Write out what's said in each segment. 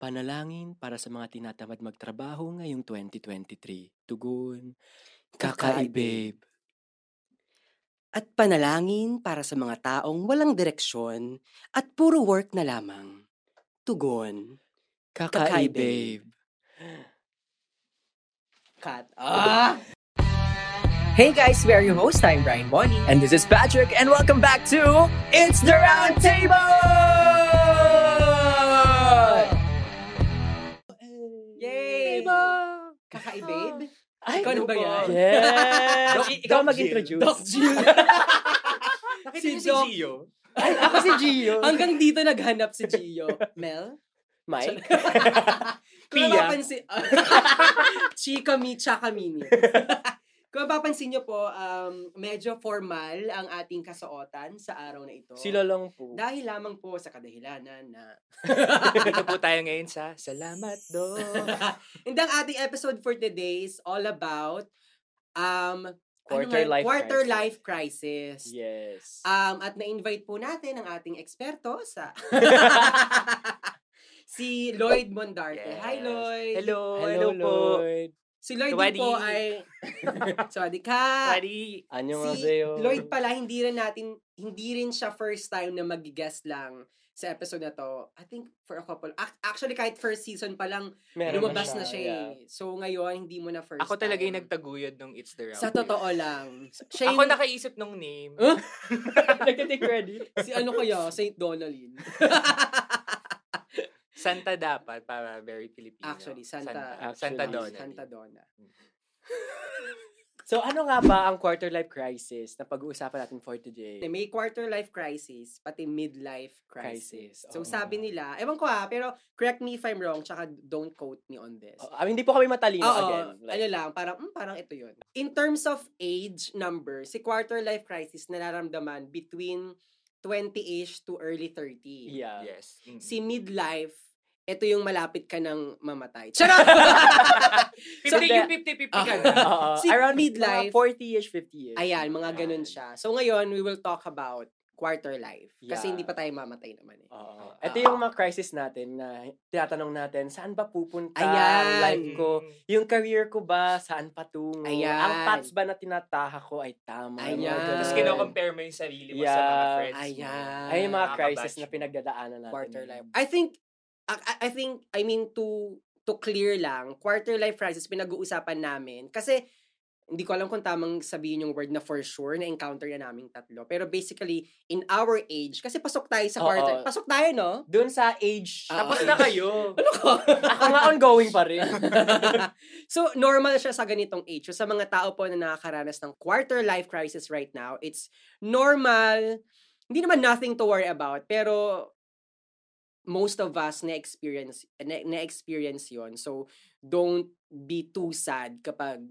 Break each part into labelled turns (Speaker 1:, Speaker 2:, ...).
Speaker 1: Panalangin para sa mga tinatamad magtrabaho ngayong 2023. Tugon, Kakaibabe.
Speaker 2: At panalangin para sa mga taong walang direksyon at puro work na lamang. Tugon.
Speaker 1: Kakaibabe.
Speaker 2: Cut. Ah! Hey guys, we are your host. I'm Brian Bonnie.
Speaker 3: And this is Patrick, and welcome back to It's the Round Table!
Speaker 2: Yay! Kakaibabe?
Speaker 1: Ay,
Speaker 2: Ikaw na ba yan?
Speaker 1: Yes!
Speaker 3: Doc-
Speaker 1: Ikaw
Speaker 3: Doc
Speaker 1: mag-introduce.
Speaker 3: Doc
Speaker 1: Jill.
Speaker 2: Nakita
Speaker 3: Si
Speaker 2: niyo
Speaker 3: Doc.
Speaker 2: Gio.
Speaker 1: Ay, ako si Gio.
Speaker 2: Hanggang dito naghanap si Gio. Mel?
Speaker 1: Mike.
Speaker 2: Kung
Speaker 1: Pia.
Speaker 2: mapapansin... Chika mi, tsaka mini. Kung mapapansin niyo po, um, medyo formal ang ating kasuotan sa araw na ito.
Speaker 1: Sila lang po.
Speaker 2: Dahil lamang po sa kadahilanan na...
Speaker 3: Dito po tayo ngayon sa Salamat Do.
Speaker 2: Hindi ang ating episode for today is all about um,
Speaker 1: Quarter
Speaker 2: ano nga-
Speaker 1: life
Speaker 2: quarter
Speaker 1: crisis.
Speaker 2: life crisis.
Speaker 1: Yes.
Speaker 2: Um, at na-invite po natin ang ating eksperto sa si Lloyd Mondarte. Hi,
Speaker 3: Yes.
Speaker 2: Lloyd!
Speaker 3: Hello,
Speaker 1: Hello,
Speaker 3: hello, po.
Speaker 1: Lloyd.
Speaker 2: Si Lloyd
Speaker 3: Sawadi.
Speaker 2: din po ay... Sorry ka!
Speaker 3: Buddy.
Speaker 1: Anyong
Speaker 2: Si Lloyd pala, hindi rin natin, hindi rin siya first time na mag-guest lang sa episode na to. I think for a couple, ac- actually kahit first season pa lang, lumabas na siya eh. So ngayon, hindi mo na first
Speaker 3: Ako talaga yung
Speaker 2: time.
Speaker 3: nagtaguyod nung It's the Round
Speaker 2: Sa
Speaker 3: Table.
Speaker 2: totoo Hmm? lang. Siya
Speaker 3: Ako
Speaker 2: yung-
Speaker 3: nakaisip nung name.
Speaker 2: Huh?
Speaker 1: Nagtitake credit.
Speaker 2: si ano kaya, St. Donalyn.
Speaker 3: Santa dapat para very Filipino.
Speaker 2: Actually, Santa-
Speaker 3: Santa,
Speaker 1: Actually,
Speaker 3: Santa Donna.
Speaker 2: Santa Donna.
Speaker 1: So ano nga ba ang quarter life crisis na pag-uusapan natin for today?
Speaker 2: May quarter life crisis, pati midlife crisis.
Speaker 1: Crisis,
Speaker 2: So
Speaker 1: oo.
Speaker 2: sabi nila, ewan ko ha, pero correct me if I'm wrong, tsaka don't quote me on this.
Speaker 1: Oh, I mean, hindi po kami matalino
Speaker 2: Oo,
Speaker 1: again.
Speaker 2: ano lang, parang, mm, parang ito yun. In terms of age number, si quarter life crisis nararamdaman between 20-ish to early 30.
Speaker 1: yeah.
Speaker 3: Yes. Mm.
Speaker 2: Si midlife, ito yung malapit ka ng mamatay. Charot!
Speaker 1: So,
Speaker 3: So, yung 50-50 ka na.
Speaker 1: Oo,
Speaker 2: Si
Speaker 1: around midlife.
Speaker 2: midlife-
Speaker 1: 40-ish, 50-ish.
Speaker 2: Ayan, mga ganun
Speaker 3: Ayan.
Speaker 2: siya. So ngayon, we will talk about quarter life. Kasi
Speaker 1: Yeah.
Speaker 2: hindi pa tayo mamatay naman eh.
Speaker 1: Oo.
Speaker 3: Ah.
Speaker 1: Ito yung mga crisis natin na tinatanong natin, saan ba pupunta ang
Speaker 2: Ayan.
Speaker 1: life ko? Yung career ko ba, saan patungo?
Speaker 2: Ayan.
Speaker 1: Ang paths ba na tinataha ko ay tama? Mga
Speaker 2: Ayan.
Speaker 1: ganun.
Speaker 3: Tapos kinocompare mo yung sarili mo sa
Speaker 1: Yeah.
Speaker 3: mga friends
Speaker 2: Ayan.
Speaker 3: mo.
Speaker 1: Ayun yung mga
Speaker 3: Mga
Speaker 1: crisis
Speaker 3: batch
Speaker 1: na
Speaker 3: mo.
Speaker 1: pinagdadaanan natin.
Speaker 2: quarter life. I think I- I, I think I mean to to clear lang, quarter life crisis pinag-uusapan namin kasi hindi ko alam kung tamang sabihin yung word na for sure na encounter na naming tatlo. Pero basically, in our age, kasi pasok tayo sa
Speaker 1: Oo.
Speaker 2: quarter. Pasok tayo, no?
Speaker 1: Doon sa age.
Speaker 2: Ah,
Speaker 3: Tapos
Speaker 2: okay.
Speaker 3: na kayo.
Speaker 2: Ano ko?
Speaker 1: Ako nga ongoing pa rin.
Speaker 2: so, normal siya sa ganitong age. So, sa mga tao po na nakakaranas ng quarter life crisis right now, it's normal. Hindi naman nothing to worry about, pero most of us na-experience, na- na-experience yon So, don't be too sad kapag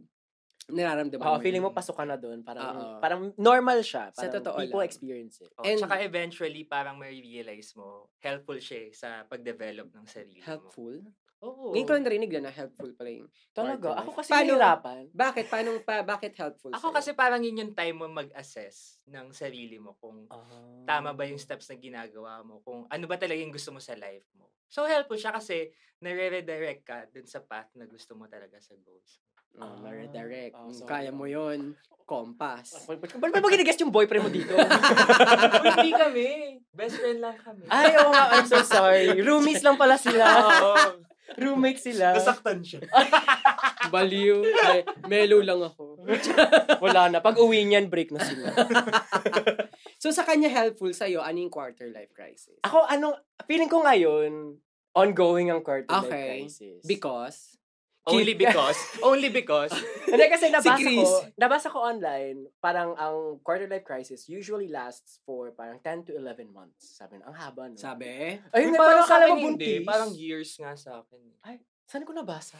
Speaker 2: nararamdaman
Speaker 1: Oo,
Speaker 2: mo
Speaker 1: feeling mo
Speaker 2: yun.
Speaker 1: pasok ka na doon. Parang,
Speaker 2: Oo.
Speaker 1: parang normal siya.
Speaker 2: Sa
Speaker 1: Parang
Speaker 2: totoo
Speaker 1: people
Speaker 2: lang.
Speaker 1: experience it.
Speaker 3: Oh,
Speaker 2: And-
Speaker 3: tsaka eventually, parang may realize mo, helpful siya eh sa pag-develop ng sarili mo.
Speaker 2: Helpful?
Speaker 3: Oo.
Speaker 2: Ngayon ko lang narinig lang na helpful pala yun.
Speaker 1: Talaga,
Speaker 2: Quarter
Speaker 1: ako
Speaker 2: life.
Speaker 1: kasi
Speaker 2: Paano-
Speaker 1: nahirapan.
Speaker 2: Bakit? Paano pa? Bakit helpful?
Speaker 3: Ako
Speaker 2: sa'yo?
Speaker 3: kasi parang yun yung time mo mag-assess ng sarili mo kung
Speaker 1: Ah.
Speaker 3: tama ba yung steps na ginagawa mo, kung ano ba talaga yung gusto mo sa life mo. So helpful siya kasi nare-redirect ka dun sa path na gusto mo talaga sa goals.
Speaker 2: Oh,
Speaker 1: Ah,
Speaker 2: redirect.
Speaker 1: ah,
Speaker 2: Mm,
Speaker 1: sorry.
Speaker 2: kaya mo yon Kompas.
Speaker 1: Ba't ba't ba ginagast yung boyfriend mo dito?
Speaker 3: Uy, Hindi kami. Best friend lang kami.
Speaker 1: Ay, oo nga, I'm so sorry. Roomies lang pala sila.
Speaker 3: Oo.
Speaker 1: Roommates sila.
Speaker 3: Nasaktan siya.
Speaker 2: Baliw. Me- mellow lang ako.
Speaker 1: Wala na. Pag uwi niyan, break na sila.
Speaker 2: So sa kanya helpful sa'yo, ano yung quarter life crisis?
Speaker 1: Ako, anong, feeling ko ngayon, ongoing ang quarter life
Speaker 2: Okay.
Speaker 1: crisis.
Speaker 2: Because?
Speaker 3: Only because, only because,
Speaker 1: Hindi kasi nabasa
Speaker 2: Chris.
Speaker 1: ko, nabasa ko online, parang ang quarter life crisis usually lasts for parang 10 to 11 months. Sabi na, ang haba no.
Speaker 2: Sabi?
Speaker 1: Ayun,
Speaker 3: Uy,
Speaker 1: parang, parang kala
Speaker 3: akin
Speaker 1: mo buntis.
Speaker 3: hindi. Parang years nga sa akin. eh.
Speaker 1: Saan ko nabasa?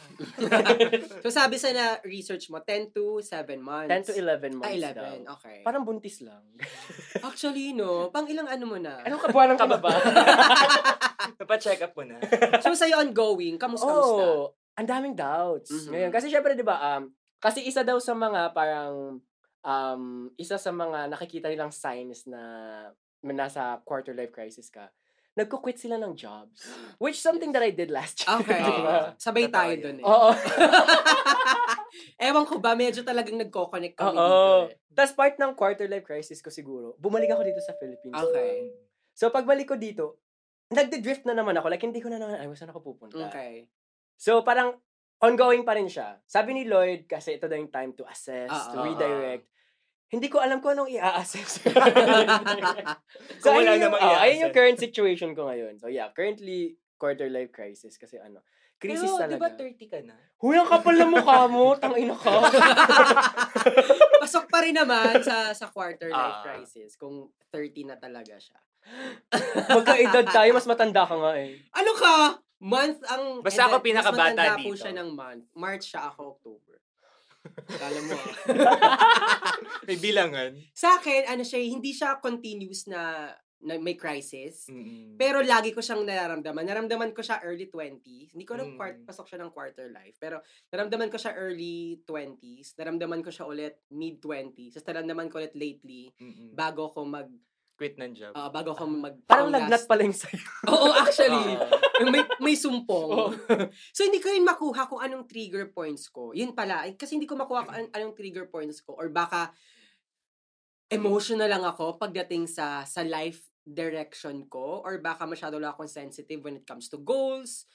Speaker 2: So sabi sa na research mo, 10 to 7 months.
Speaker 1: 10 to 11 months
Speaker 2: Ah,
Speaker 1: daw.
Speaker 2: 11. Okay.
Speaker 1: Parang buntis lang.
Speaker 2: Actually, no. Pang ilang ano mo na?
Speaker 1: Anong kabuwanan ka ba ba?
Speaker 3: Napacheck up mo na.
Speaker 2: So sa'yo ongoing, kamusta? kamusta?
Speaker 1: Oo. Oh, Ang daming doubts.
Speaker 2: Mhm.
Speaker 1: Ngayon, kasi syempre, di ba, um, kasi isa daw sa mga parang, um, isa sa mga nakikita nilang signs na na nasa quarter life crisis ka, nagko-quit sila ng jobs. Which something that I did last year.
Speaker 2: Okay.
Speaker 1: di ba? Oh.
Speaker 3: Oo.
Speaker 2: Sabay
Speaker 3: Totoo
Speaker 2: tayo
Speaker 3: yun.
Speaker 2: dun eh.
Speaker 1: Oo.
Speaker 2: Ewan ko ba, medyo talagang nagko-connect kami
Speaker 1: Oo.
Speaker 2: dito eh.
Speaker 1: Tapos part ng quarter life crisis ko siguro, bumalik ako dito sa Philippines.
Speaker 2: Okay.
Speaker 1: So pagbalik ko dito, nagde-drift na naman ako. Like, hindi ko na naman, ay, saan ako pupunta?
Speaker 2: Okay.
Speaker 1: So parang ongoing pa rin siya. Sabi ni Lloyd, kasi ito daw yung time to assess,
Speaker 2: Ah,
Speaker 1: to
Speaker 2: ah, ah.
Speaker 1: redirect. Hindi ko alam kung anong i-assess.
Speaker 3: Kung wala
Speaker 1: ayun yung,
Speaker 3: namang
Speaker 1: ah, ayun
Speaker 3: i-assess.
Speaker 1: yung current situation ko ngayon. So yeah, currently, quarter life crisis kasi ano, crisis
Speaker 3: Pero,
Speaker 1: talaga.
Speaker 3: di ba 30 ka na?
Speaker 1: Huy, ang kapal ng mukha mo, tangina ka.
Speaker 2: Pasok pa rin naman sa sa quarter life
Speaker 3: Ah.
Speaker 2: crisis kung 30 na talaga siya.
Speaker 1: Magkaedad tayo, mas matanda ka nga eh.
Speaker 2: Ano ka? Month ang...
Speaker 3: Basta
Speaker 2: eh,
Speaker 3: ako
Speaker 2: mas
Speaker 3: pinakabata
Speaker 2: matanda po
Speaker 3: dito.
Speaker 2: siya ng month. March siya ako October. Kala mo ah.
Speaker 3: May bilangan.
Speaker 2: Sa akin, ano siya, hindi siya continuous na, na may crisis.
Speaker 3: Mm-mm.
Speaker 2: Pero lagi ko siyang nararamdaman. Naramdaman ko siya early 20s. Hindi ko alam
Speaker 3: Mm.
Speaker 2: kwart, pasok siya ng quarter life. Pero naramdaman ko siya early 20s. Naramdaman ko siya ulit mid-20s. Tapos naramdaman ko ulit lately
Speaker 3: Mm-mm.
Speaker 2: bago ko mag
Speaker 3: Quit ng job.
Speaker 2: ah, bago ko mag
Speaker 1: Parang lagnat
Speaker 2: panggas-
Speaker 1: pala yung sa'yo.
Speaker 2: Oo, actually.
Speaker 3: Oo.
Speaker 2: Yung may, may sumpong.
Speaker 1: Oo.
Speaker 2: so, hindi ko rin makuha kung anong trigger points ko. Yun pala. eh, Kasi hindi ko makuha kung an- anong trigger points ko. Or baka emotional lang ako pagdating sa sa life direction ko. Or baka masyado lang akong sensitive when it comes to goals.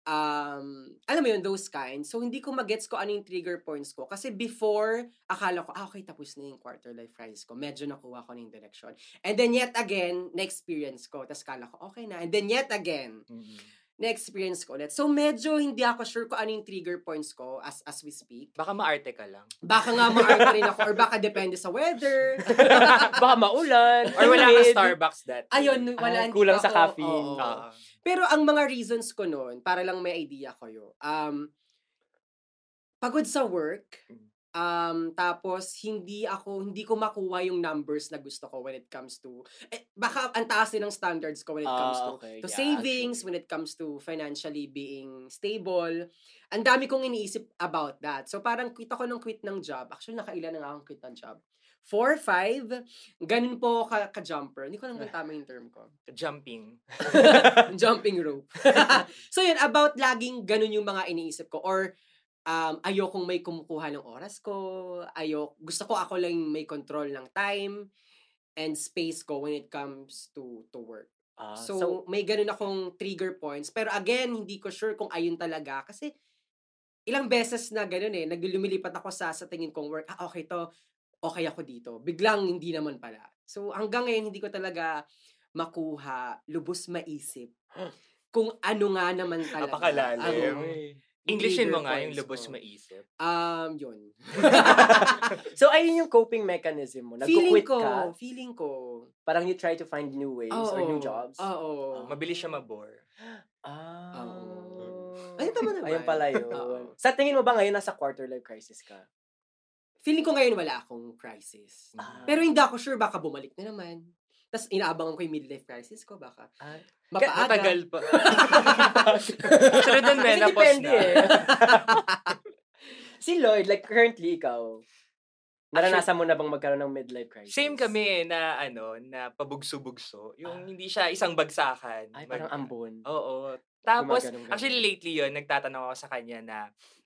Speaker 2: Um, alam mo yun, those kinds. So, hindi ko magets ko ano yung trigger points ko. Kasi before, akala ko, ah, okay, tapos na yung quarter life crisis ko. Medyo nakuha ko na yung direction. And then yet again, na-experience ko. Tapos kala ko, okay na. And then yet again,
Speaker 3: Mm-mm.
Speaker 2: na-experience ko ulit. So, medyo hindi ako sure kung ano yung trigger points ko as as we speak.
Speaker 3: Baka maarte ka lang.
Speaker 2: Baka nga ma-argue rin ako or baka depende sa weather.
Speaker 1: Baka maulan.
Speaker 3: Or wala ka
Speaker 1: humid.
Speaker 3: Starbucks that day.
Speaker 2: Ayun,
Speaker 1: Ah,
Speaker 2: wala. hindi
Speaker 1: kulang
Speaker 2: pa
Speaker 1: sa
Speaker 2: ako-
Speaker 1: caffeine. Ah.
Speaker 2: oo.
Speaker 3: Oo.
Speaker 2: Pero ang mga reasons ko noon, para lang may idea kayo, um, pagod sa work, um, tapos hindi ako, hindi ko makuha yung numbers na gusto ko when it comes to, eh, baka ang taas din ng standards ko when it comes
Speaker 1: Ah,
Speaker 2: to,
Speaker 1: okay.
Speaker 2: to
Speaker 1: Yeah,
Speaker 2: savings,
Speaker 1: actually.
Speaker 2: when it comes to financially being stable. Ang dami kong iniisip about that. So parang quit ako ng quit ng job. Actually, nakailan na nga akong quit ng job. Four, five, ganun po ka- ka-jumper. Hindi ko alam kung tama yung term ko.
Speaker 3: Jumping.
Speaker 2: Jumping rope. so yun, about laging ganun yung mga iniisip ko. Or um, ayokong may kumukuha ng oras ko. Ayok, gusto ko ako lang yung may control ng time and space ko when it comes to to work.
Speaker 1: Ah,
Speaker 2: so, may ganun akong trigger points. Pero again, hindi ko sure kung ayun talaga. Kasi ilang beses na ganun eh, naglumilipat ako sa, sa tingin kong work. Ah, okay to. Okay ako dito. Biglang hindi naman pala. So hanggang ngayon, hindi ko talaga makuha, lubos maisip kung ano nga naman
Speaker 1: Ah,
Speaker 2: talaga.
Speaker 3: Napakalalim.
Speaker 2: ang
Speaker 3: Englishin
Speaker 2: trigger
Speaker 3: mo nga yung
Speaker 2: points
Speaker 3: lubos
Speaker 2: ko.
Speaker 3: maisip.
Speaker 2: Um, yun.
Speaker 1: so, ayun yung coping mechanism mo.
Speaker 2: feeling
Speaker 1: Nagko-quit
Speaker 2: ko,
Speaker 1: ka.
Speaker 2: feeling ko.
Speaker 1: Parang you try to find new ways or new jobs.
Speaker 2: Oo.
Speaker 3: Mabilis siya mabore.
Speaker 1: Ah.
Speaker 2: Oo. Ayun, tama naman.
Speaker 1: Ayun pala yun.
Speaker 2: Oo.
Speaker 1: Sa tingin mo ba ngayon nasa quarter life crisis ka?
Speaker 2: Feeling ko ngayon wala akong crisis.
Speaker 1: Ah.
Speaker 2: Pero hindi ako sure, baka bumalik na naman. Tapos inaabangan ko yung midlife crisis ko, baka
Speaker 1: Ay.
Speaker 2: mapaaga.
Speaker 3: Matagal pa. Sunod ng
Speaker 1: Kasi
Speaker 3: menopause
Speaker 1: depende
Speaker 3: na.
Speaker 1: eh. si Lloyd, like currently ikaw, naranasan mo na bang magkaroon ng midlife crisis?
Speaker 3: Same kami eh, na ano, na pabugso-bugso.
Speaker 1: Ah.
Speaker 3: Yung hindi siya isang bagsakan.
Speaker 1: Ay, parang
Speaker 3: Mag- ah,
Speaker 1: ambon.
Speaker 3: Oo. Tapos,
Speaker 1: Gumaganong-ganon.
Speaker 3: actually lately yon nagtatanong ako sa kanya na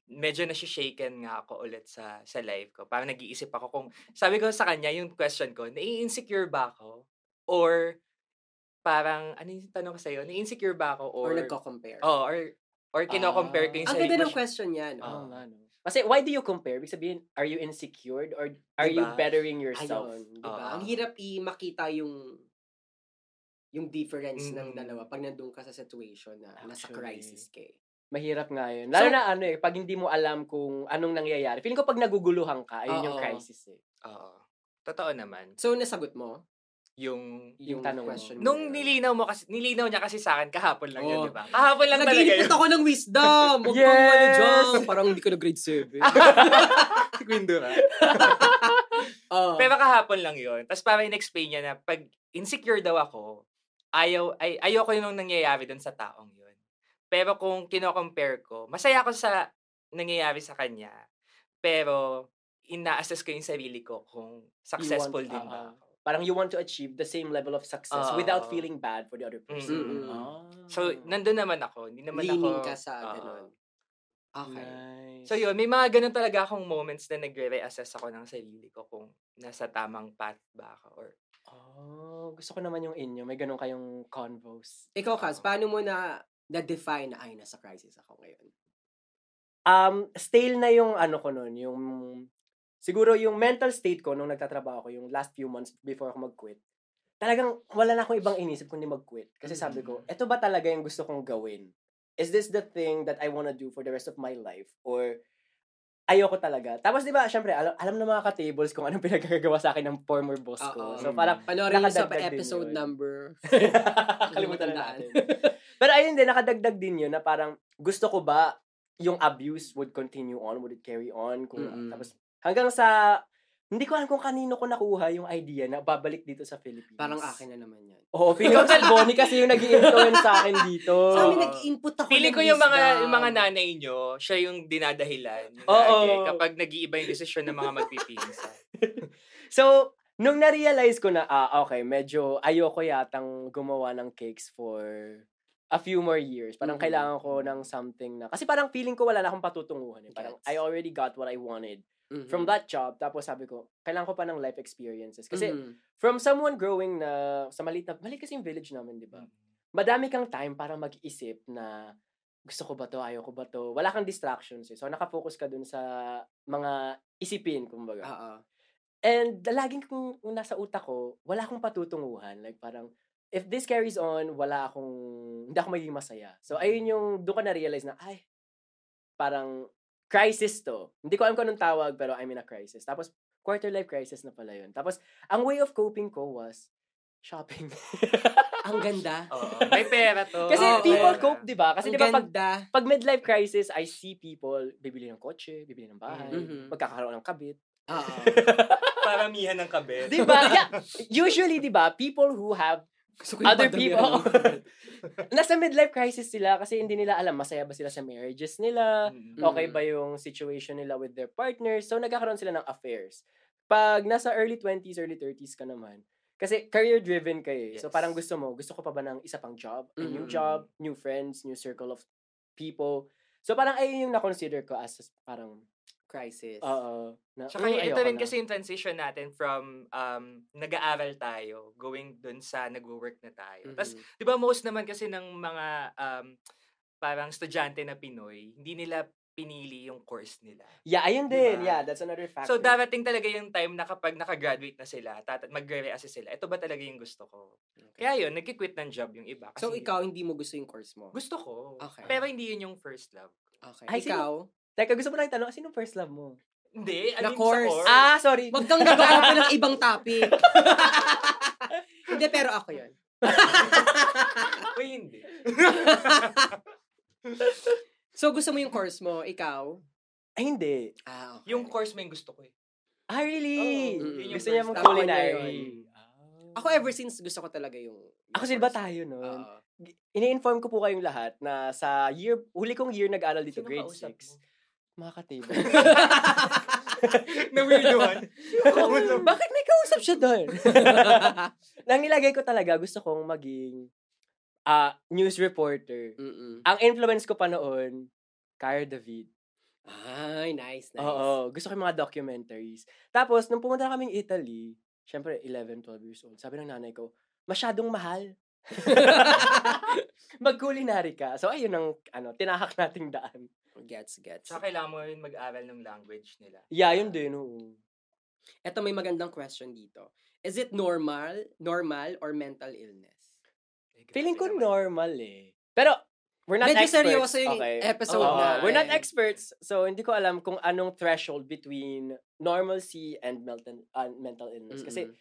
Speaker 3: medyo nasi-shaken nga ako ulit sa sa life ko. Parang nag-iisip ako kung, sabi ko sa kanya, yung question ko, nai-insecure ba ako? Or, parang, ano yung tanong ko sa'yo? Nai-insecure ba ako?
Speaker 2: Or
Speaker 3: Or,
Speaker 2: nagko-compare.
Speaker 1: Oh,
Speaker 2: Ah,
Speaker 3: Oo, or, or kino-compare ko yung
Speaker 2: Ang
Speaker 3: sarili
Speaker 2: ganda
Speaker 3: ko
Speaker 2: ng
Speaker 3: siya-
Speaker 2: question oh. niya, no?
Speaker 1: Oo
Speaker 3: Oo.
Speaker 1: Oh, nga, no? Kasi why do you compare? Ibig sabihin, are you insecure or are you
Speaker 3: Diba?
Speaker 1: bettering yourself?
Speaker 2: Ayun, di ba?
Speaker 3: Oo.
Speaker 2: Ang hirap i-makita yung yung difference ng
Speaker 3: Mm.
Speaker 2: dalawa pag nandun ka sa situation na nasa
Speaker 1: Actually.
Speaker 2: crisis ka. eh.
Speaker 1: Mahirap nga yun. Lalo
Speaker 2: So-
Speaker 1: na ano eh, pag hindi mo alam kung anong nangyayari. Feeling ko pag naguguluhan ka, ayun yung
Speaker 2: Oo.
Speaker 1: crisis eh.
Speaker 3: Oo. Totoo naman.
Speaker 2: So, nasagot mo?
Speaker 3: Yung,
Speaker 1: Yung tanong mo.
Speaker 2: na yun.
Speaker 3: nung nilinaw mo kasi, nilinaw niya kasi sa akin kahapon lang
Speaker 2: Oo.
Speaker 3: yun, di ba? Kahapon lang talaga
Speaker 2: Nag-iinipot
Speaker 3: yun.
Speaker 2: ako ng wisdom! Huwag kang
Speaker 1: Yes!
Speaker 2: ano dyan! Parang hindi ko na grade 7.
Speaker 3: Kwindura.
Speaker 2: Oh.
Speaker 3: Pero kahapon lang yun. Tapos parang in-explain niya na pag insecure daw ako, ayaw, ay, ayoko yung nangyayari dun sa taong yun. Pero kung kino-compare ko, masaya ako sa nangyayari sa kanya. Pero ina-assess ko yung sarili ko kung successful din
Speaker 1: ah,
Speaker 3: ba ako.
Speaker 1: parang you want to achieve the same level of success
Speaker 3: Oo.
Speaker 1: without feeling bad for the other
Speaker 3: Mm,
Speaker 1: person. Ah,
Speaker 2: mm, mm.
Speaker 3: So, nandun naman ako. Hindi naman
Speaker 2: Leaning
Speaker 3: ako...
Speaker 2: ka sa
Speaker 3: Oo.
Speaker 2: ganun.
Speaker 3: Okay.
Speaker 1: Nice.
Speaker 3: So yun, may mga ganun talaga akong moments na nagre-reassess ako ng sarili ko kung nasa tamang path ba ako or
Speaker 1: Oh, gusto ko naman yung inyo. May ganun kayong convos.
Speaker 2: Ikaw, Kaz,
Speaker 3: Oo.
Speaker 2: paano mo na na-define na, ay, nasa crisis ako ngayon?
Speaker 1: Um, stale na yung ano ko nun, yung siguro yung mental state ko nung nagtatrabaho ko yung last few months before ako mag-quit. Talagang wala na akong ibang inisip kundi mag-quit. Kasi sabi ko,
Speaker 3: Mm.
Speaker 1: eto ba talaga yung gusto kong gawin? Is this the thing that I wanna do for the rest of my life? Or ayoko talaga. Tapos 'di ba, syempre, alam, alam ng mga ka-tables kung anong pinagkagawa sa akin ng former boss ko.
Speaker 2: Oo.
Speaker 1: So
Speaker 3: Mm.
Speaker 1: parang
Speaker 2: Panoorin nyo sa
Speaker 1: Nakadagdag din
Speaker 2: episode
Speaker 1: yun.
Speaker 2: number.
Speaker 1: kalimutan na
Speaker 2: Tandaan.
Speaker 1: natin. Pero ayun din, nakadagdag din yun na parang gusto ko ba yung abuse would continue on, would it carry on? Kung,
Speaker 2: Mm-mm.
Speaker 1: Tapos hanggang sa, hindi ko alam kung kanino ko nakuha yung idea na babalik dito sa Philippines.
Speaker 2: Parang akin na naman yan.
Speaker 1: Oo, feeling ko Bonnie kasi yung nag influence sa akin dito.
Speaker 2: Sa amin,
Speaker 3: Oo.
Speaker 2: nag-input ako.
Speaker 3: Feeling
Speaker 2: ng
Speaker 3: ko yung mga yung
Speaker 2: wisdom.
Speaker 3: mga nanay nyo, siya yung dinadahilan yung
Speaker 1: Oo.
Speaker 3: lagi kapag nag-iiba yung desisyon ng mga magpipinsan.
Speaker 1: So, nung na-realize ko na, ah, okay, medyo ayoko yatang gumawa ng cakes for a few more years. Parang
Speaker 2: Mhm.
Speaker 1: kailangan ko ng something na, kasi parang feeling ko wala na akong patutunguhan. Eh. Parang
Speaker 2: Gets.
Speaker 1: I already got what I wanted
Speaker 2: Mhm.
Speaker 1: from that job. Tapos sabi ko, kailangan ko pa ng life experiences. Kasi
Speaker 2: Mhm.
Speaker 1: from someone growing na sa maliit na, maliit kasi yung village namin, di ba? Madami kang time para mag-isip na gusto ko ba to, ayaw ko ba to. Wala kang distractions. Eh. So, nakafocus ka dun sa mga isipin, kumbaga.
Speaker 2: Oo.
Speaker 1: And laging kung kung nasa utak ko, wala akong patutunguhan. Like parang, if this carries on, wala akong, hindi ako magiging masaya. So ayun yung, doon ko na-realize na, ay, parang crisis to. Hindi ko alam kung anong tawag, pero I'm in a crisis. Tapos, quarter life crisis na pala yun. Tapos, ang way of coping ko was, shopping.
Speaker 2: Ang ganda.
Speaker 3: Oo. May pera to.
Speaker 1: Kasi
Speaker 2: Oo,
Speaker 1: people
Speaker 3: pera.
Speaker 1: cope, di ba? Kasi
Speaker 2: Ang
Speaker 1: di ba pag,
Speaker 2: ganda.
Speaker 1: pag midlife crisis, I see people, bibili ng kotse, bibili ng bahay,
Speaker 2: Mhm.
Speaker 1: magkakaroon ng kabit.
Speaker 2: Oo.
Speaker 3: Paramihan ng kabel.
Speaker 1: Di ba? Yeah. Usually, di ba, people who have
Speaker 2: Gusto ko
Speaker 1: Other
Speaker 2: pagdamihan
Speaker 1: people.
Speaker 2: ng-
Speaker 1: nasa midlife crisis sila kasi hindi nila alam masaya ba sila sa marriages nila,
Speaker 3: Mm.
Speaker 1: okay ba yung situation nila with their partners. So nagkakaroon sila ng affairs. Pag nasa early 20s, early 30s ka naman, kasi career driven ka eh. So
Speaker 3: Yes.
Speaker 1: parang gusto mo, gusto ko pa ba ng isa pang job, a new
Speaker 2: Mm.
Speaker 1: job, new friends, new circle of people. So parang ayun yung na-consider ko as as parang
Speaker 2: Crisis.
Speaker 1: oo. na,
Speaker 3: Tsaka
Speaker 1: "Mm,
Speaker 3: yung ito
Speaker 1: ayoko
Speaker 3: rin
Speaker 1: na."
Speaker 3: kasi yung transition natin from um, nag-aaral tayo, going dun sa nag-work na
Speaker 2: Mhm.
Speaker 3: tayo.
Speaker 1: Mm.
Speaker 3: Tapos,
Speaker 1: Mm-hmm.
Speaker 3: di ba most naman kasi ng mga um, parang estudyante na Pinoy, hindi nila pinili yung course nila.
Speaker 1: Yeah, ayun din.
Speaker 3: Diba?
Speaker 1: Yeah, that's another factor.
Speaker 3: So, darating talaga yung time na kapag nakagraduate na sila, tata- magre-reassess sila, ito ba talaga yung gusto ko? Kaya yun, nagkikwit ng job yung iba. Kasi
Speaker 2: So, ikaw, hindi mo gusto yung course mo?
Speaker 3: Gusto ko.
Speaker 2: Okay.
Speaker 3: Pero hindi yun yung first love.
Speaker 2: Okay.
Speaker 1: Ay, sino-
Speaker 2: ikaw?
Speaker 1: Teka, gusto mo lang itanong, sino first love mo?
Speaker 3: Hindi, I
Speaker 2: Na
Speaker 3: mean,
Speaker 2: course.
Speaker 3: sa course.
Speaker 1: Ah, sorry.
Speaker 2: Huwag kang nag-aarap ka ng ibang topic. Hindi, pero ako yun.
Speaker 3: Uy, hindi.
Speaker 2: So, gusto mo yung course mo, ikaw?
Speaker 1: Ay, hindi.
Speaker 2: Ah, okay.
Speaker 3: Yung course mo yung gusto ko eh.
Speaker 1: Ah, really?
Speaker 3: Oo,
Speaker 2: yun yung
Speaker 1: Gusto niya
Speaker 3: first
Speaker 1: mong
Speaker 2: tama niya
Speaker 1: culinary.
Speaker 3: Ah,
Speaker 2: Ako ever since gusto ko talaga yung... yung
Speaker 1: Ako sila ba
Speaker 2: course.
Speaker 1: tayo nun?
Speaker 2: Oo.
Speaker 1: Ini-inform ko po kayong lahat na sa year, huli kong year nag-aral dito,
Speaker 3: Sino
Speaker 1: grade 6.
Speaker 3: kausap mo?
Speaker 1: Mga katibo.
Speaker 3: Na-weirdohan.
Speaker 1: Bakit may kausap siya doon? Nang nilagay ko talaga, gusto kong maging ah, news reporter.
Speaker 2: Mm-mm.
Speaker 1: Ang influence ko pa noon, Cara David.
Speaker 2: Ay, nice, nice.
Speaker 1: Oo, gusto ko yung mga documentaries. Tapos, nung pumunta na kaming Italy, syempre, 11, 12 years old, sabi ng nanay ko, masyadong mahal. Mag-culinary ka. So, ayun ang ano, tinahak nating daan.
Speaker 2: gets, gets.
Speaker 3: Tsaka kailangan mo rin mag-aral ng language nila. Ah, eh,
Speaker 1: Yeah, yun din. oo.
Speaker 2: Ito may magandang question dito. Is it normal, normal or mental illness?
Speaker 3: Ay, grabe
Speaker 1: Feeling ko
Speaker 3: naman.
Speaker 1: normal eh. Pero, we're not
Speaker 2: Medyo
Speaker 1: experts.
Speaker 2: seryoso yung episode
Speaker 1: Oo,
Speaker 3: na,
Speaker 1: We're not
Speaker 2: eh.
Speaker 1: experts, so hindi ko alam kung anong threshold between normalcy and mental, uh, mental illness. Kasi,
Speaker 2: Mm-mm.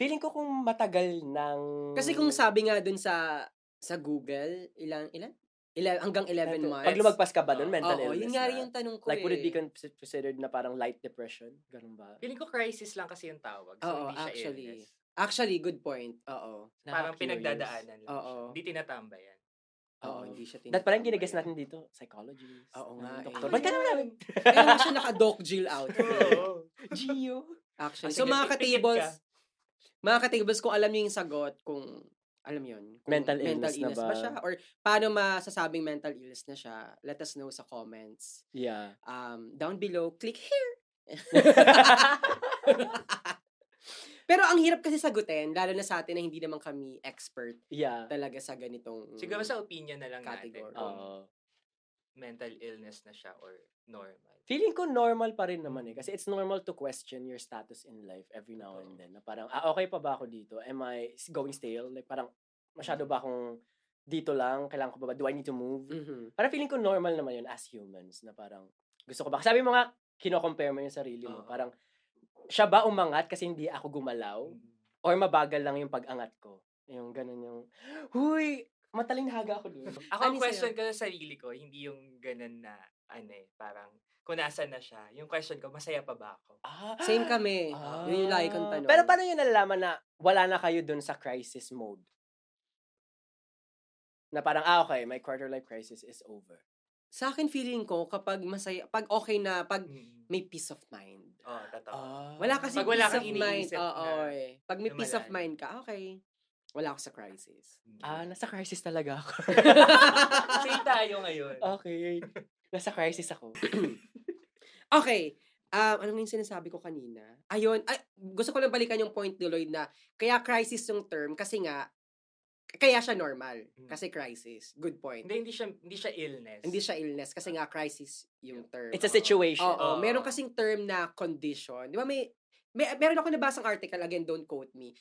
Speaker 1: feeling ko kung matagal ng...
Speaker 2: kasi kung sabi nga dun sa sa Google, ilang ilan? Ilan hanggang 11 months.
Speaker 1: Pag lumagpas ka ba doon,
Speaker 3: Oo,
Speaker 1: mental
Speaker 2: Oo,
Speaker 1: illness
Speaker 2: yun nga
Speaker 1: na.
Speaker 2: rin yung tanong ko
Speaker 1: Like, would it
Speaker 2: eh.
Speaker 1: be con- considered na parang light depression? Ganun ba?
Speaker 3: Feeling ko crisis lang kasi yung tawag. So,
Speaker 2: Oo,
Speaker 3: hindi siya
Speaker 2: actually.
Speaker 3: illness.
Speaker 2: Actually, good point. Oo.
Speaker 3: Parang
Speaker 1: Nakaka-curious.
Speaker 3: pinagdadaanan lang
Speaker 2: Oo.
Speaker 3: siya. Hindi tinatambayan.
Speaker 2: Oo,
Speaker 1: Oo.
Speaker 2: hindi siya tinatambayan.
Speaker 1: Dapat parang ginagas natin dito, psychologist.
Speaker 2: Oo
Speaker 1: ng
Speaker 2: nga eh.
Speaker 1: Doktor.
Speaker 2: Ano
Speaker 1: Ba't ka naman namin?
Speaker 2: Kaya nga siya naka-doc Jill out.
Speaker 3: Oo.
Speaker 1: Gio.
Speaker 2: Actually.
Speaker 3: Ah,
Speaker 2: So
Speaker 3: sige,
Speaker 2: mga
Speaker 3: pikit
Speaker 2: ka-tables,
Speaker 3: ka.
Speaker 2: mga katibas, kung alam niyo yung sagot, kung alam niyo yun, kung
Speaker 1: Mental illness na ba?
Speaker 2: siya, or paano masasabing mental illness na siya, let us know sa comments.
Speaker 1: Yeah.
Speaker 2: Um, down below, click here. Pero ang hirap kasi sagutin, lalo na sa atin na hindi naman kami expert
Speaker 1: yeah.
Speaker 2: talaga sa ganitong
Speaker 3: Siguro sa opinion na lang
Speaker 2: Category.
Speaker 3: natin kung
Speaker 1: Oo.
Speaker 3: mental illness na siya or normal.
Speaker 1: Feeling ko normal pa rin naman eh. Kasi it's normal to question your status in life every now and then. Na parang, ah, okay pa ba ako dito? Am I s- going stale? Like parang, masyado ba akong dito lang? Kailangan ko ba ba? Do I need to move?
Speaker 2: Mhm.
Speaker 1: Parang feeling ko normal naman yun as humans. Na parang, gusto ko ba? Sabi mo nga, kino-compare mo yung sarili mo.
Speaker 3: Oo.
Speaker 1: Parang, siya ba umangat kasi hindi ako
Speaker 2: Oh.
Speaker 1: gumalaw?
Speaker 3: Mm.
Speaker 1: Or mabagal lang yung pag-angat ko? Yung ganun yung, huy, matalinhaga ako dun.
Speaker 3: Ako
Speaker 2: Ano
Speaker 3: ang
Speaker 2: sa'yo?
Speaker 3: question ko sa sarili ko, hindi yung ganun na, ano eh, parang, kung nasaan na siya, yung question ko, masaya pa ba ako?
Speaker 1: Ah,
Speaker 2: Same kami. Yun yung lagi kong
Speaker 1: Ah.
Speaker 2: tanong.
Speaker 1: Pero paano yun nalalaman na wala na kayo dun sa crisis mode? Na parang, ah, okay, my quarter life crisis is over.
Speaker 2: Sa akin feeling ko, kapag masaya, pag okay na, pag
Speaker 3: Mm.
Speaker 2: may peace of mind.
Speaker 3: Oo, totoo.
Speaker 1: Ah.
Speaker 2: Ah, Wala kasi
Speaker 3: Pag wala
Speaker 2: peace
Speaker 3: kang
Speaker 2: of mind.
Speaker 3: iniisip
Speaker 2: Oo,
Speaker 3: na
Speaker 2: eh. Pag may peace of
Speaker 3: lumalalim.
Speaker 2: mind ka, okay. Wala ako sa crisis.
Speaker 3: Mm.
Speaker 1: Ah, nasa crisis talaga ako.
Speaker 3: Same tayo ngayon.
Speaker 1: okay. Nasa crisis ako.
Speaker 2: okay. Um, ano nga yung sinasabi ko kanina? Ayun, ay, gusto ko lang balikan yung point ni Lloyd na kaya crisis yung term kasi nga, kaya siya normal.
Speaker 3: Mm.
Speaker 2: Kasi crisis. Good point.
Speaker 3: Hindi, hindi siya, hindi siya illness.
Speaker 2: Hindi siya illness kasi
Speaker 3: Ah.
Speaker 2: nga crisis yung term.
Speaker 1: It's a
Speaker 3: Oo.
Speaker 1: situation.
Speaker 2: Oo,
Speaker 3: Oo.
Speaker 2: meron kasing term na condition. Di ba may, may meron ako nabasang article, again, don't quote me.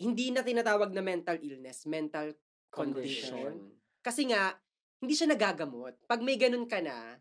Speaker 2: Hindi na tinatawag na mental illness, mental condition.
Speaker 1: Condition.
Speaker 2: Kasi nga, hindi siya nagagamot. Pag may ganun ka na,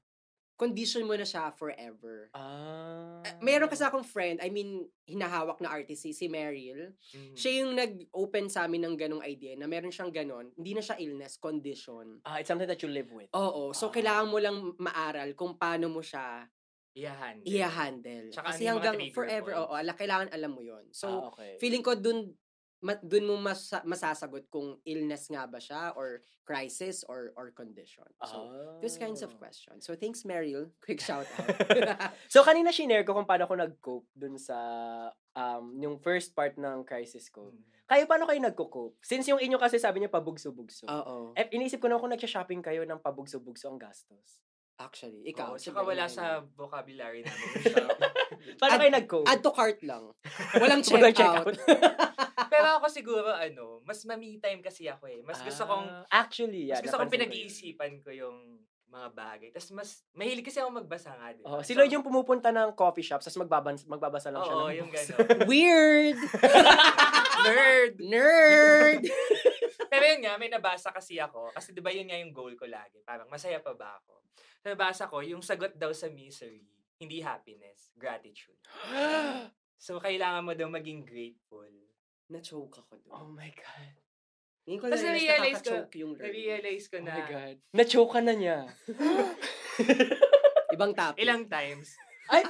Speaker 2: condition mo na siya forever.
Speaker 1: Ah.
Speaker 2: Eh, Meron kasi akong friend, I mean, hinahawak na artist si, si Meryl.
Speaker 3: Mm.
Speaker 2: Siya yung nag-open sa amin ng ganong idea na meron siyang ganon, hindi na siya illness, condition.
Speaker 1: Ah, it's something that you live with.
Speaker 2: Oo,
Speaker 1: Ah.
Speaker 2: so kailangan mo lang maaral kung paano mo siya
Speaker 3: Iyahan.
Speaker 2: i-handle.
Speaker 3: Tsaka
Speaker 2: Kasi
Speaker 3: ano yung mga
Speaker 2: hanggang
Speaker 3: trigger
Speaker 2: forever,
Speaker 3: points?
Speaker 2: oo, ala, kailangan alam mo yon So,
Speaker 1: ah, okay.
Speaker 2: feeling ko dun, ma- dun mo masa- masasagot kung illness nga ba siya or crisis or or condition. So, those kinds of
Speaker 3: Oh.
Speaker 1: Ah.
Speaker 2: questions. So, thanks, Meryl. Quick shout out.
Speaker 1: So, kanina shinare ko kung paano ako nag-cope dun sa, um, yung first part ng crisis ko.
Speaker 2: Hmm.
Speaker 3: Mm.
Speaker 1: Kayo, paano kayo nag-cope? Since yung inyo kasi sabi niya pabugso-bugso.
Speaker 2: oo.
Speaker 1: Eh, inisip ko na kung nagsha-shopping kayo ng pabugso-bugso ang gastos.
Speaker 2: Actually, ikaw.
Speaker 3: Oo,
Speaker 2: sige,
Speaker 3: tsaka wala
Speaker 2: ano
Speaker 3: sa vocabulary namin. yung shop.
Speaker 1: Paano
Speaker 2: Ad-
Speaker 1: kayo nag-cope?
Speaker 2: yun? Add to cart lang. Walang check,
Speaker 1: Walang
Speaker 2: out.
Speaker 1: check-out.
Speaker 3: Pero ako siguro, ano, mas mami time kasi ako eh. Mas gusto kong
Speaker 1: Ah, actually, yeah,
Speaker 3: Mas gusto kong
Speaker 1: napansin ko yun.
Speaker 3: pinag-iisipan ko yung mga bagay. Tapos mas, mahilig kasi ako magbasa nga, di
Speaker 1: Oh,
Speaker 3: ba?
Speaker 1: si
Speaker 3: So,
Speaker 1: Lloyd yung pumupunta ng coffee shop, tapos magbabans, magbabasa lang siya
Speaker 3: Oo,
Speaker 1: ng
Speaker 3: yung
Speaker 1: books.
Speaker 3: gano'n.
Speaker 2: Weird!
Speaker 3: Nerd!
Speaker 2: Nerd!
Speaker 3: Pero yun nga, may nabasa kasi ako. Kasi di ba yun nga yung goal ko lagi. Parang masaya pa ba ako? So, nabasa ko, yung sagot daw sa misery, hindi happiness, gratitude. So, kailangan mo daw maging grateful.
Speaker 2: Na-choke ako doon.
Speaker 1: oh my God.
Speaker 2: Ngayon ko
Speaker 3: Tapos na-realize
Speaker 2: na-realize
Speaker 3: ko-
Speaker 2: nakaka-choke yung learning.
Speaker 3: Na-realize ko
Speaker 1: Oh my
Speaker 3: na
Speaker 1: God. Na-choke ka na niya.
Speaker 2: Ibang topic.
Speaker 3: ilang times.
Speaker 1: Ay,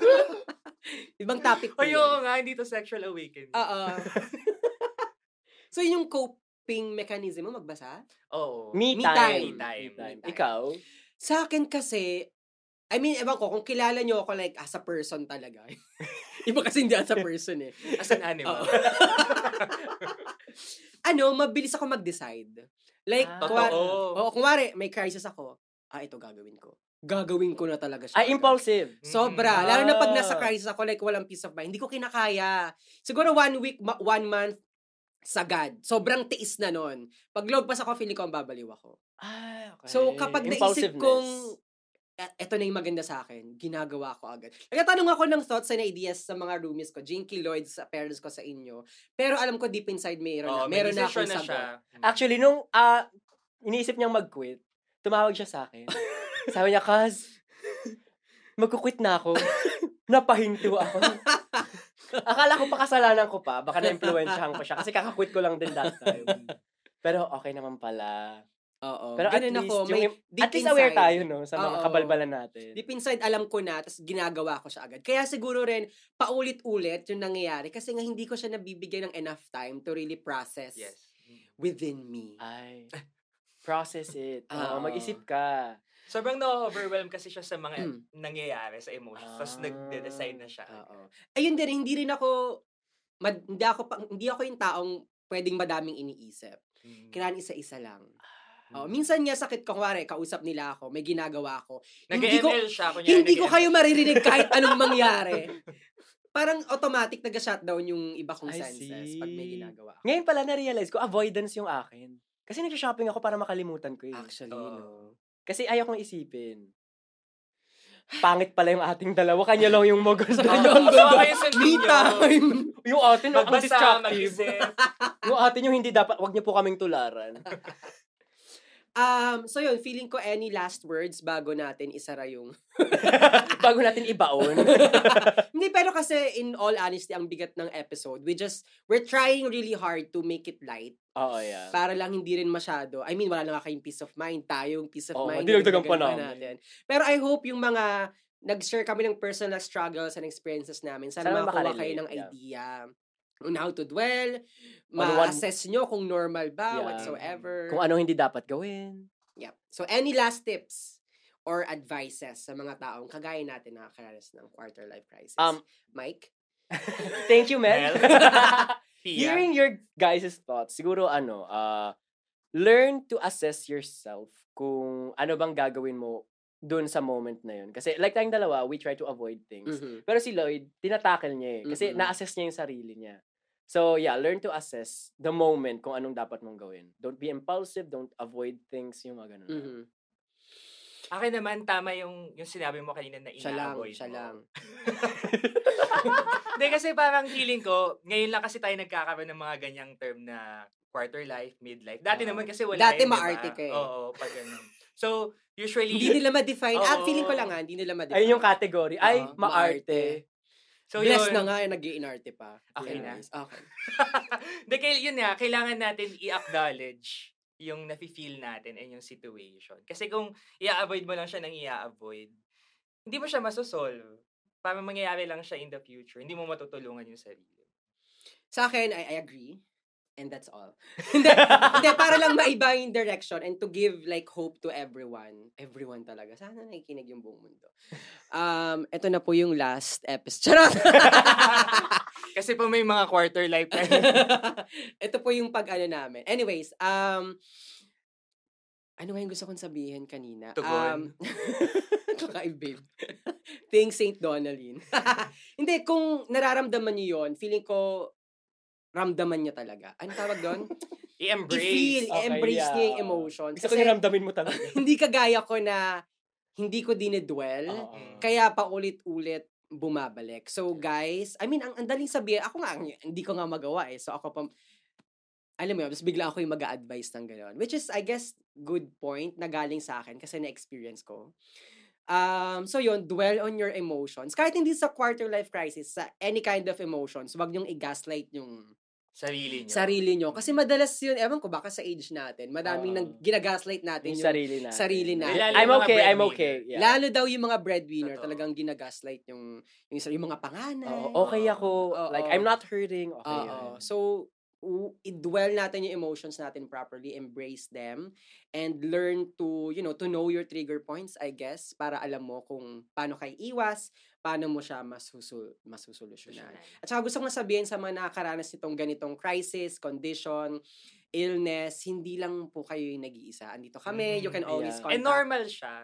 Speaker 2: Ibang topic. po
Speaker 3: Ay,
Speaker 2: yun.
Speaker 3: oo nga, hindi to sexual awakening.
Speaker 1: Ah,
Speaker 2: Oo. so, yun yung coping mechanism mo, magbasa?
Speaker 3: Oo.
Speaker 1: me
Speaker 2: Me
Speaker 1: time.
Speaker 2: time.
Speaker 3: Me
Speaker 2: time.
Speaker 1: Ikaw?
Speaker 2: Sa akin kasi, I mean, ewan ko, kung kilala nyo ako like as a person talaga. Iba kasi hindi as a person eh.
Speaker 3: As an animal.
Speaker 2: Oo. ano, mabilis ako mag-decide. Like,
Speaker 1: Ah.
Speaker 2: kuwari,
Speaker 3: Totoo.
Speaker 2: oo, kunwari, may crisis ako. Ah, ito gagawin ko. Gagawin ko na talaga siya.
Speaker 1: Ay, Ah, impulsive.
Speaker 2: Sobra. Lalo na pag nasa
Speaker 1: Ah.
Speaker 2: crisis ako, like, walang peace of mind. Hindi ko kinakaya. Siguro one week, ma- one month, sagad. Sobrang tiis na nun. Pag logpas ako, feeling ko ang babaliw ako.
Speaker 1: Ah, okay.
Speaker 2: So, kapag naisip
Speaker 1: Impulsiveness.
Speaker 2: kong, "Ah, eto na yung maganda sa akin, ginagawa ko agad. Nagtatanong ako ng thoughts and ideas sa mga roomies ko, Jinky Lloyd, sa parents ko sa inyo. Pero alam ko deep inside mayroon
Speaker 3: Oo,
Speaker 2: na.
Speaker 3: may
Speaker 2: Meron na
Speaker 3: decision Mm.
Speaker 2: akong sagot.
Speaker 1: Actually, nung ah, iniisip niyang mag-quit, tumawag siya sa akin. Sabi niya, Kaz, magkukwit na ako. Napahinto ako. Akala ko pa kasalanan ko pa. Baka na-influensyahan ko siya. Kasi kakakwit ko lang din that time. Pero okay naman pala.
Speaker 2: Oo.
Speaker 1: Pero
Speaker 2: Ganun
Speaker 1: at least,
Speaker 2: ako.
Speaker 1: yung,
Speaker 2: May, deep
Speaker 1: at least
Speaker 2: inside.
Speaker 1: aware tayo no, sa mga
Speaker 2: Oo.
Speaker 1: kabalbalan natin.
Speaker 2: Deep inside, alam ko na, tapos ginagawa ko siya agad. Kaya siguro rin, paulit-ulit yung nangyayari kasi nga hindi ko siya nabibigyan ng enough time to really process
Speaker 3: Yes.
Speaker 2: within
Speaker 1: Ah,
Speaker 2: me.
Speaker 1: Ay, process it. Oo,
Speaker 2: Oo.
Speaker 1: mag-isip
Speaker 3: Ah.
Speaker 1: ka.
Speaker 3: Sobrang na-overwhelm kasi siya sa mga
Speaker 2: Mm.
Speaker 3: nangyayari sa emotions. Tapos
Speaker 1: Ah.
Speaker 3: nagde-decide na siya.
Speaker 2: Oo. Ayun din, hindi rin ako mad- hindi ako pa, hindi ako yung taong pwedeng madaming iniisip.
Speaker 3: Mm.
Speaker 2: Kailangan isa-isa lang.
Speaker 1: Hmm.
Speaker 2: Oh, minsan nga sakit ko, kumare, kausap nila ako, may ginagawa ako. hindi ko-
Speaker 3: Nag-ML siya. Kunyari,
Speaker 2: hindi ko
Speaker 3: nag-ML.
Speaker 2: kayo maririnig kahit anong mangyari. Parang automatic nag-shutdown yung iba kong
Speaker 1: I
Speaker 2: senses pag may
Speaker 1: see.
Speaker 2: ginagawa ako.
Speaker 1: Ngayon pala na-realize ko, avoidance yung akin. Kasi nag-shopping ako para makalimutan ko yun.
Speaker 2: Actually, no.
Speaker 3: Oo.
Speaker 1: Kasi ayaw kong isipin. Pangit pala yung ating dalawa. Kanya lang yung
Speaker 3: Oo,
Speaker 1: maganda.
Speaker 2: Ayun,
Speaker 3: so,
Speaker 2: ganda.
Speaker 3: kayo sa
Speaker 2: Me
Speaker 3: video.
Speaker 2: time!
Speaker 1: yung atin, ang
Speaker 3: Magbasa,
Speaker 1: destructive.
Speaker 3: mag-isip.
Speaker 1: yung atin yung hindi dapat, wag niyo po kaming tularan.
Speaker 2: Um, so yun, feeling ko any last words bago natin isara yung...
Speaker 1: Bago natin ibaon.
Speaker 2: Hindi, pero kasi in all honesty, ang bigat ng episode, we just, we're trying really hard to make it light
Speaker 1: Oo, yeah.
Speaker 2: para lang hindi rin masyado. I mean, wala na nga kayong peace of mind. Tayong peace of
Speaker 1: Oo,
Speaker 2: mind.
Speaker 1: dinagdagan pa
Speaker 2: dinagdagan
Speaker 1: namin.
Speaker 2: Pero I hope yung mga nag-share kami ng personal struggles and experiences namin. Sana,
Speaker 1: Sana
Speaker 2: makakuha
Speaker 1: makarelate,
Speaker 2: kayo ng
Speaker 1: yeah.
Speaker 2: idea on how to dwell,
Speaker 1: On one-
Speaker 2: ma-assess nyo kung normal ba,
Speaker 1: Yeah.
Speaker 2: whatsoever.
Speaker 1: Kung ano hindi dapat gawin.
Speaker 2: Yep. So, any last tips or advices sa mga taong kagaya natin na nakakaranas ng quarter life crisis?
Speaker 1: Um,
Speaker 2: Mike?
Speaker 1: Thank you, Mel.
Speaker 3: Mel? Pia.
Speaker 1: Hearing your guys' thoughts, siguro ano, uh, learn to assess yourself kung ano bang gagawin mo dun sa moment na yun. Kasi like tayong dalawa, we try to avoid things.
Speaker 2: Mhm.
Speaker 1: Pero si Lloyd, tinatackle niya eh. Kasi
Speaker 2: Mhm.
Speaker 1: na-assess niya yung sarili niya. So yeah, learn to assess the moment kung anong dapat mong gawin. Don't be impulsive, don't avoid things, yung mga ganun.
Speaker 2: Mhm.
Speaker 3: Akin naman, tama yung, yung sinabi mo kanina na
Speaker 2: Siya lang,
Speaker 3: ina-avoid
Speaker 2: siya
Speaker 3: mo.
Speaker 2: lang.
Speaker 3: Hindi, kasi parang feeling ko, ngayon lang kasi tayo nagkakaroon ng mga ganyang term na quarter life, midlife. Dati
Speaker 1: Oo.
Speaker 3: naman kasi wala
Speaker 2: Dati
Speaker 3: yun, di ba?
Speaker 2: maarte ka eh.
Speaker 3: Oo, pag ganun. So, usually,
Speaker 2: hindi nila ma-define. Ah,
Speaker 3: Oo.
Speaker 2: feeling ko lang ha, hindi nila ma-define.
Speaker 1: Ayun yung category. Ay,
Speaker 2: Oo, maarte.
Speaker 1: maarte.
Speaker 3: so
Speaker 2: Bless
Speaker 3: yun,
Speaker 2: na nga, nag inarte pa.
Speaker 3: Okay
Speaker 2: Yeah,
Speaker 3: na.
Speaker 2: nice. Okay.
Speaker 3: Hindi, kail- yun nga, kailangan natin i-acknowledge yung nafe-feel natin and yung situation. Kasi kung i-avoid mo lang siya ng i-avoid, hindi mo siya masosolve. Parang mangyayari lang siya in the future. Hindi mo matutulungan yung sarili.
Speaker 2: Sa akin, I, I agree. And that's all. hindi, hindi, para lang maiba yung direction and to give like hope to everyone. Everyone talaga. Sana nakikinig yung buong mundo. Um, ito na po yung last episode. Charot!
Speaker 3: Kasi pa may mga quarter life na
Speaker 2: ito po yung pag-ano namin. Anyways, um, ano nga yung gusto kong sabihin kanina? Um,
Speaker 3: Tugon.
Speaker 2: kakaib, babe. Think St. Donalyn. Hindi, kung nararamdaman niyo yon feeling ko, ramdaman niya talaga. Ano tawag doon? I-feel,
Speaker 3: i-embrace.
Speaker 1: Okay,
Speaker 2: i-embrace
Speaker 1: yeah,
Speaker 2: niya yung
Speaker 1: oo.
Speaker 2: emotion.
Speaker 1: Gusto ko
Speaker 2: Kasi
Speaker 1: niramdamin mo talaga.
Speaker 2: hindi kagaya ko na hindi ko dinedwell.
Speaker 1: Oo.
Speaker 2: Kaya paulit-ulit bumabalik. So
Speaker 1: Mm.
Speaker 2: guys, I mean, ang, ang daling sabihin, ako nga, ang- hindi ko nga magawa eh. So ako pa, alam mo yun, tapos bigla ako yung mag advise ng gano'n. Which is, I guess, good point na galing sa akin kasi na-experience ko. Um, so yun, dwell on your emotions. Kahit hindi sa quarter life crisis, sa any kind of emotions, wag niyong i-gaslight yung
Speaker 3: Sarili niyo.
Speaker 2: sarili niyo. Kasi madalas yun, ewan ko, baka sa age natin,
Speaker 1: Oo.
Speaker 2: madaming nang ginagaslight natin
Speaker 1: Yung
Speaker 2: yung
Speaker 1: sarili natin.
Speaker 2: sarili natin.
Speaker 1: I'm
Speaker 3: Lalo yung mga
Speaker 1: okay, I'm
Speaker 3: breadwinner.
Speaker 1: okay. Yeah.
Speaker 2: Lalo daw yung mga breadwinner
Speaker 3: Totoo.
Speaker 2: talagang ginagaslight yung, yung, isa- yung mga panganay.
Speaker 1: Oo, okay ako.
Speaker 2: Oo.
Speaker 1: Like, I'm not hurting. Okay.
Speaker 2: Oo.
Speaker 1: yun.
Speaker 2: So, u- i-dwell natin yung emotions natin properly, embrace them, and learn to, you know, to know your trigger points, I guess, para alam mo kung paano kay iwas, paano mo siya masusul masusolusyonan. At saka gusto kong sabihin sa mga nakakaranas nitong ganitong crisis, condition, illness, hindi lang po kayo yung nag-iisa. Andito kami, you can
Speaker 1: Mm,
Speaker 2: always
Speaker 1: yeah.
Speaker 2: contact.
Speaker 3: And normal siya.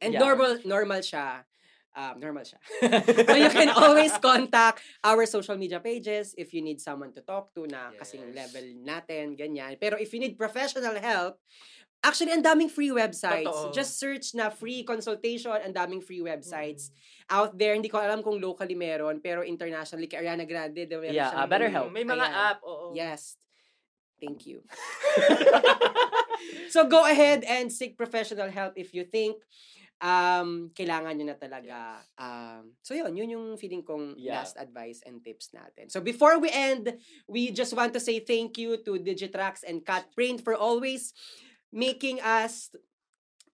Speaker 2: And
Speaker 1: Yeah.
Speaker 2: normal normal siya. Um, normal siya. so you can always contact our social media pages if you need someone to talk to na kasing
Speaker 3: Yes.
Speaker 2: level natin, ganyan. Pero if you need professional help, actually, ang daming free websites.
Speaker 3: Totoo.
Speaker 2: Just search na free consultation, ang daming free websites
Speaker 3: Mm.
Speaker 2: out there. Hindi ko alam kung locally meron, pero internationally, kay Ariana Grande, di ba? meron
Speaker 1: Yeah, ah,
Speaker 2: siyang
Speaker 1: better
Speaker 2: ano,
Speaker 1: help.
Speaker 3: Mm, May mga
Speaker 2: Ayan.
Speaker 3: app, oo.
Speaker 2: Yes. Thank you. so go ahead and seek professional help if you think um, kailangan nyo na talaga.
Speaker 3: Yes.
Speaker 2: Um, so yun, yun yung feeling kong
Speaker 1: Yeah.
Speaker 2: last advice and tips natin. So before we end, we just want to say thank you to Digitrax and Cut Print for always making us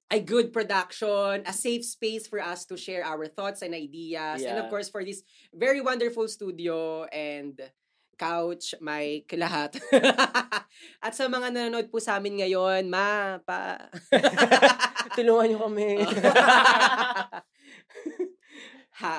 Speaker 2: a good production, a safe space for us to share our thoughts and ideas. And
Speaker 1: Yeah.
Speaker 2: of course, for this very wonderful studio and couch, mic, lahat. At sa mga nanonood po sa amin ngayon, ma, pa.
Speaker 1: Tulungan niyo kami.
Speaker 2: ha.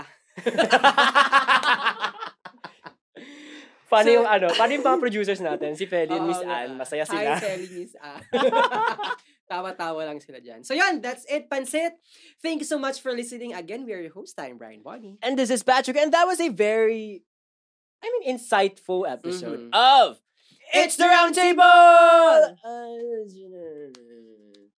Speaker 1: Paano
Speaker 2: So-
Speaker 1: yung ano? Paano yung mga producers natin? Si Feli and
Speaker 2: Oo
Speaker 1: Miss
Speaker 2: nga.
Speaker 1: Anne, masaya
Speaker 2: Hi,
Speaker 1: sila.
Speaker 2: Selly, Miss Anne. Tawa-tawa lang sila dyan. So yun, that's it, Pansit. Thank you so much for listening again. We are your host, I'm Brian Bonnie.
Speaker 1: And this is Patrick, and that was a very, I mean, insightful episode
Speaker 2: Mhm.
Speaker 1: of
Speaker 2: It's
Speaker 1: It's the Roundtable! Uh, you know,